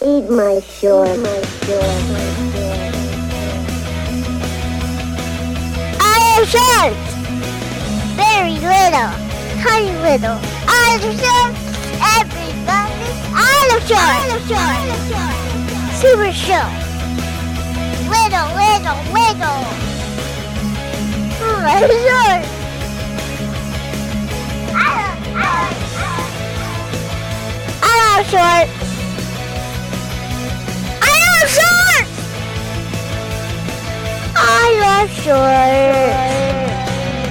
Eat my shore, my shore, my shore. I am short. Very little. Tiny little. I am short. Everybody. I am short. I am short. I am short. Super short. Little, little, little. I am short. I am, I am, I am. I am short. I am short. I love short.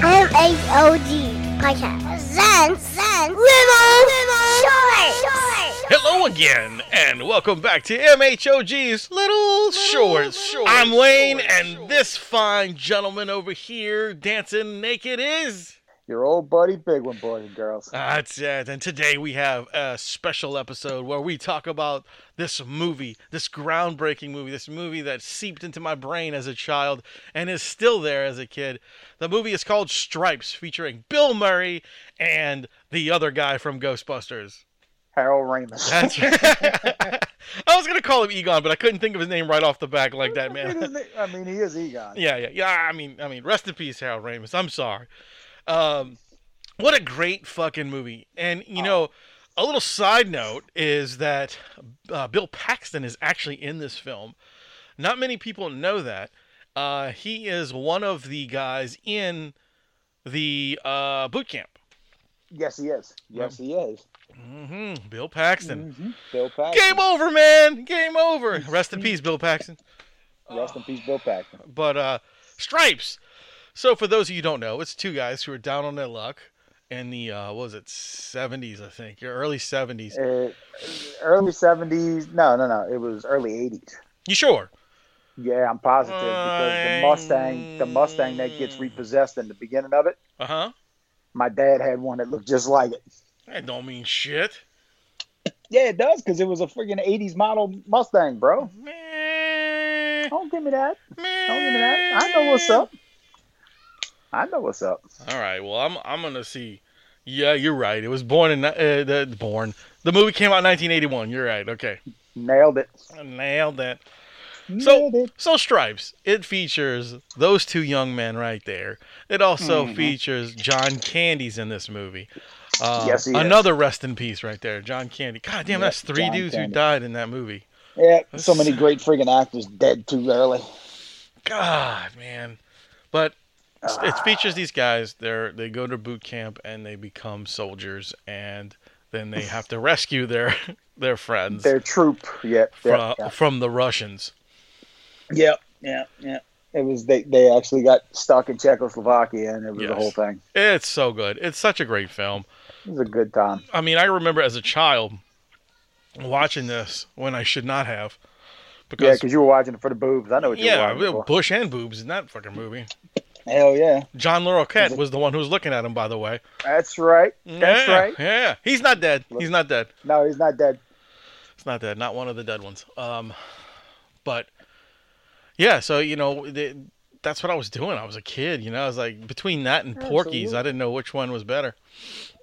I am H O D podcast. Zen, Zen, little, little, short, short. Hello again, and welcome back to MHOG's Little Shorts. I'm Wayne, and this fine gentleman over here dancing naked is. uh, Your old buddy, big one, boys and girls. That's it. And today we have a special episode where we talk about this movie, this groundbreaking movie, this movie that seeped into my brain as a child and is still there as a kid. The movie is called Stripes, featuring Bill Murray and the other guy from Ghostbusters. Harold Ramis. That's right. I was gonna call him Egon, but I couldn't think of his name right off the back like that, It man. is the- I mean, he is E Egon. yeah, yeah, yeah. I mean, I mean, rest in peace, Harold Ramis. I'm sorry. Um, what a great fucking movie. And you know, a little side note is that uh, Bill Paxton is actually in this film. Not many people know that. Uh, he is one of the guys in the uh, boot camp. Yes, he is. Yes, he is. hmm Bill Paxton. Mhm. Bill Paxton. Game over, man. Game over. Rest in peace, Bill Paxton. Rest in peace, Bill Paxton. But uh Stripes. So for those of you who don't know, it's two guys who are down on their luck in the uh what was it 70s, I think, or early 70s. Uh, early 70s. No, no, no. It was early 80s. You sure? Yeah, I'm positive because the Mustang, the Mustang that gets repossessed in the beginning of it, Uh-huh. my dad had one that looked just like it. That don't mean shit. Yeah, it does because it was a freaking 80s model Mustang, bro. Man. Don't give me that. Don't give me that. I know what's up. I know what's up. All right. Well, I'm I'm going to see. Yeah, you're right. It was born in uh, the born. The movie came out in 1981. You're right. Okay. Nailed it. I nailed that. So- Nailed it. So Stripes, it features those two young men right there. It also Mhm. features John Candy's in this movie. Uh, Yes, he is. another rest in peace right there, John Candy. God damn, Yeah, that's three John dudes who Candy. died in that movie. Yeah, so many great freaking actors dead too early. God, man. But s- Ah. it features these guys. They're they go to boot camp and they become soldiers, and then they have to rescue their their friends Their troop. Yep. from, Yep. Yep. from the Russians. Yep. Yep. yep. It was they. They actually got stuck in Czechoslovakia, and it was the Yes. whole thing. It's so good. It's such a great film. It was a good time. I mean, I remember as a child watching this when I should not have. Yeah, Because, because you were watching it for the boobs. I know what you yeah, were watching. Bush and boobs in that fucking movie. For. Hell yeah, John Larroquette was the one who was looking at him, by the way. that's right. That's yeah, right. Yeah, he's not dead. He's not dead. No, he's not dead. It's not dead. Not one of the dead ones. Um, but yeah, so you know, they, that's what I was doing. I was a kid, you know. I was like between that and Porky's, I didn't know which one was better.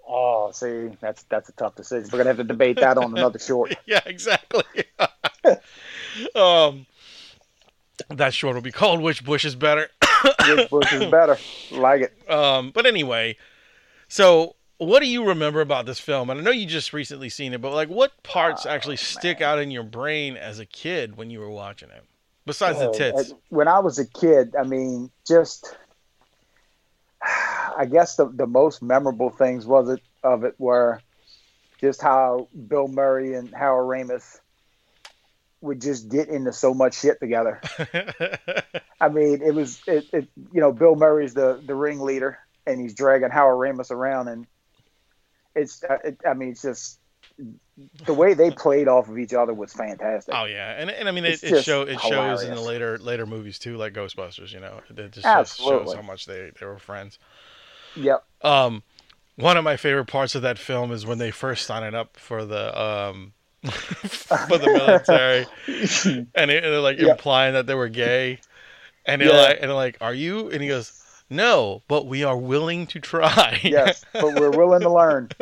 Oh, see, that's that's a tough decision. We're gonna have to debate that on another short. yeah, exactly. um, that short will be called "Which Bush is Better." Which Bush is better? Like it. Um, but anyway, so what do you remember about this film? And I know you just recently seen it, but like, what Oh, parts actually stick out in your brain as a kid when you were watching it? Besides the Yeah, tits, uh, When I was a kid, I mean, just I guess the the most memorable things was it of it were just how Bill Murray and Harold Ramis would just get into so much shit together. I mean, it was it, it you know Bill Murray's the the ringleader and he's dragging Howard Ramus around and it's uh, it, I mean it's just the way they played off of each other was fantastic. oh yeah, and and I mean, it, It's it just show it shows in the hilarious. later later movies too, like Ghostbusters. You know, it just, just shows Absolutely. how much they they were friends. Yep. Um, one of my favorite parts of that film is when they first sign up for the um for the military, and, it, and they're like Yeah. implying that they were gay, and they're Yeah. like, and they're like, "Are you?" And he goes, "No, but we are willing to try." Yes, but we're willing to learn.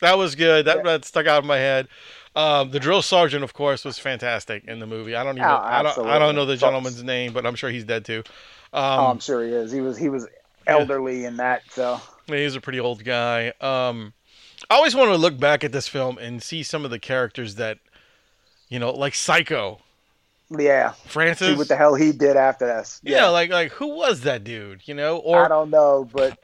that was good. That Yeah. that stuck out in my head. Um, the drill sergeant, of course, was fantastic in the movie. I don't even I Oh, don't I absolutely. don't know the gentleman's name, but I'm sure he's dead too. oh, Um, I'm sure he is. He was he was elderly in that. So he's a pretty old guy. Um, I always want to look back at this film and see some of the characters that, you know, like Psycho yeah, see Francis. what the hell he did after this. yeah. like like who was that dude? You know, I or don't know, but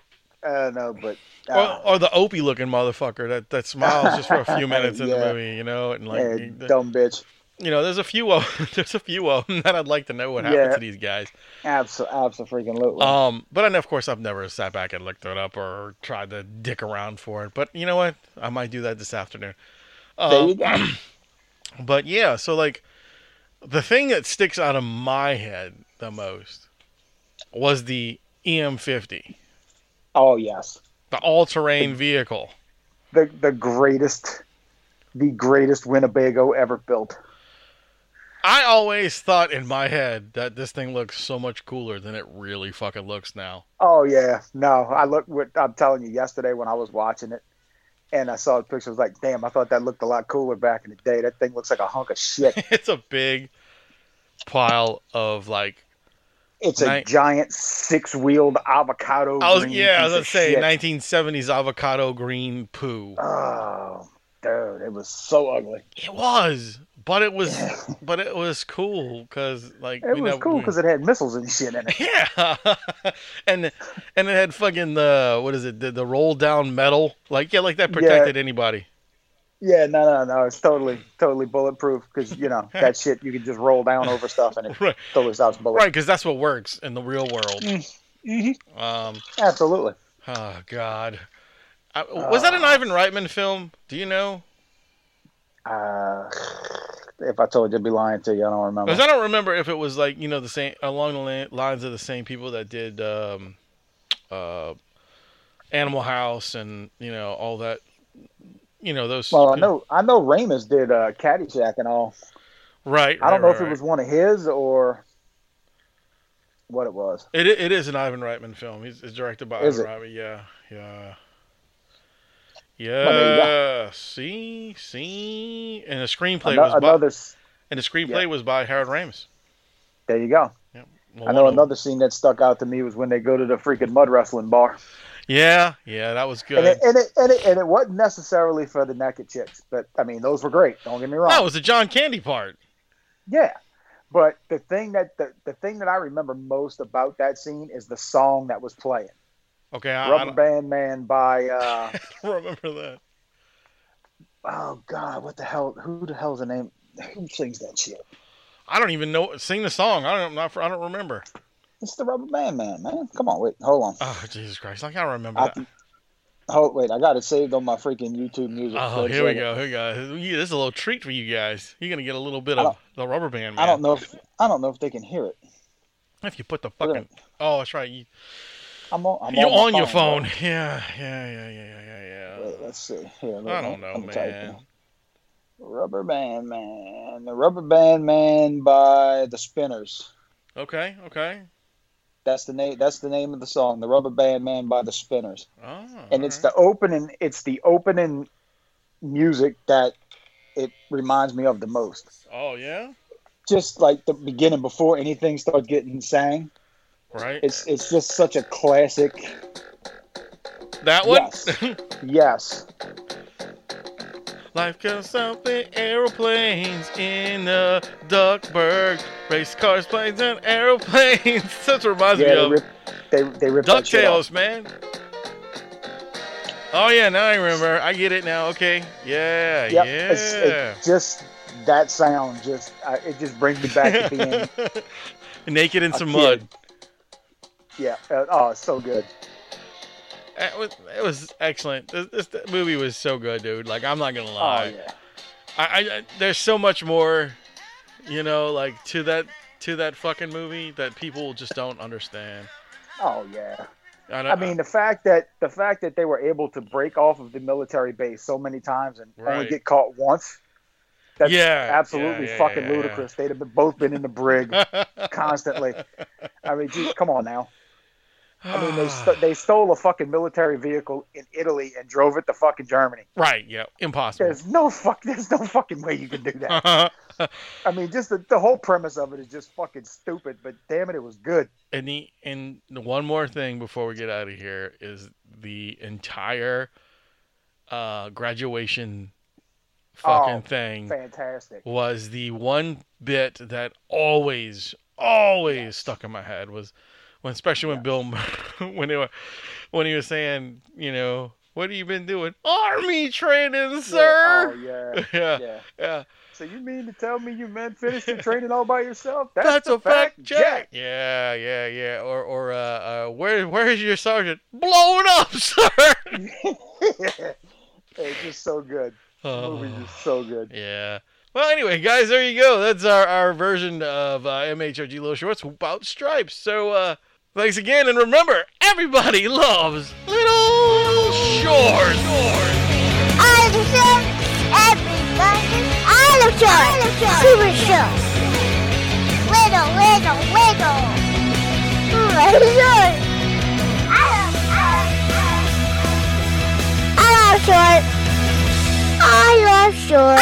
I don't know, but uh, or, or the opie looking motherfucker that that smiles just for a few minutes in the Yeah. movie. You know, and like yeah, he- dumb bitch. you know, there's a few of there's a few of them that I'd like to know what happened Yeah. to these guys. Absolutely, absolutely. Um, but I, of course, I've never sat back and looked it up or tried to dick around for it. But you know what? I might do that this afternoon. there Um, you go. but yeah, so like the thing that sticks out of my head the most was the EM50, Oh yes, the all-terrain vehicle. the the greatest, the greatest Winnebago ever built. I always thought in my head that this thing looks so much cooler than it really fucking looks now. Oh yeah, no, I looked. What I'm telling you, yesterday when I was watching it, and I saw the picture, I was like, damn, I thought that looked a lot cooler back in the day. That thing looks like a hunk of shit. It's a big pile of like It's a Right. giant six wheeled avocado. I was green yeah, I was piece gonna say of shit. 1970s avocado green poo. Oh, dude, it was so ugly. It was, but it was, but it was cool because like It we was never- cool because it had missiles and shit in it. yeah, and and it had fucking the what is it the, the roll down metal like yeah like that Yeah. protected anybody. Yeah, no, no, no. It's totally, totally bulletproof because you know that shit you can just roll down over stuff and it Right. totally stops bullets. Right, because that's what works in the real world. Mhm. Um, Absolutely. oh god, I, was that an Ivan Reitman film? Do you know? Uh, if I told you, I'd be lying to you. I don't remember. Because I don't remember if it was like you know the same along the li- lines of the same people that did um, uh, Animal House and you know all that. You know those. well, I know, I know, Ramus did uh, Caddyshack and all. Right. I don't right, know right, if it right. was one of his or what it was. It i- it is an Ivan Reitman film. He's it's directed by Is Ivan Reitman. Yeah, yeah. Yeah, there you see, see, and the screenplay Ano- was by, another. s and the screenplay yeah. was by Harold Ramis. There you go. Well, I know one of- another scene that stuck out to me was when they go to the freaking mud wrestling bar, Yeah, yeah, that was good. and it, and it and it and it wasn't necessarily for the naked chicks, but I mean those were great. Don't get me wrong. that was the John Candy part. Yeah. But the thing that the, the thing that I remember most about that scene is the song that was playing. Okay, Ah, I, I Rubber don't Band Man by uh, remember that. oh god, what the hell who the hell's the name who sings that shit? I don't even know sing the song. I don't I'm not I don't remember. It's the Rubber Band Man, man. Come on, wait, hold on. Oh Jesus Christ! Like I remember I, that. hold wait, I got it saved on my freaking YouTube music. Oh, Wait a here we second. go. Here we go. You- This is a little treat for you guys. You're gonna get a little bit I of the rubber band. Man. I don't know if I don't know if they can hear it. If you put the We're fucking. Oh, that's right. You, I'm on I'm you're my on your phone. bro. Yeah, yeah, yeah, yeah, yeah, yeah. Wait, let's see. Here, yeah. I let me- don't know, let me type man. in. Rubber Band Man. The Rubber Band Man by the Spinners. Okay, okay. That's the name. That's the name of the song, "The Rubber Band Man" by the Spinners, Oh, and it's the opening. It's the opening music that it reminds me of the most. Oh yeah. Just like the beginning, before anything starts getting sang, Right. it's it's just such a classic. that one. Yes. Yes, Life goes up in aeroplanes in the Duckburg. Race cars, planes, and aeroplanes. That's what reminds yeah, me they of. rip, they they rip that shit off. DuckTales, man. Oh yeah, now I remember. I get it now. Okay. Yeah. Yep, yeah. it's, it just that sound. Just I, it just brings me back to being Naked in a some kid. mud. yeah. Uh, oh, it's so good. It was, it was excellent. This, this the movie was so good, dude. Like I'm not gonna Oh lie. yeah, I, I, I there's so much more, you know, like to that to that fucking movie that people just don't understand. oh yeah. I, I mean, the fact that the fact that they were able to break off of the military base so many times and Right. Uh, only get caught once. That's Yeah, absolutely yeah, yeah, fucking yeah, yeah. ludicrous. They'd have been, both been in the brig constantly. I mean, geez, come on now. I mean, they st- they stole a fucking military vehicle in Italy and drove it to fucking Germany. right, yeah, impossible. There's no fuck. There's no fucking way you can do that. I mean, just the, the whole premise of it is just fucking stupid. But damn it, it was good. And the and the one more thing before we get out of here is the entire uh, graduation fucking Oh, thing Fantastic. was the one bit that always always stuck in my head was when especially when Bill Murray- when they were when he was saying you know what have you been doing army training sir Yeah, Oh, yeah, yeah. yeah. yeah. So you mean to tell me you men finished your training all by yourself? That's, the a fact, Jack. Yeah, yeah, yeah. Or, or, uh, uh, where, where is your sergeant? Blown up, sir. it's just so good. The movie's Oh, just so good. yeah. Well, anyway, guys, there you go. That's our, our version of uh, MHRG Little Shorts about stripes. So, uh, thanks again, and remember, everybody loves little shorts. I deserve everybody's olive short. Super show. Little, little, little. Little short. I love short. I love short.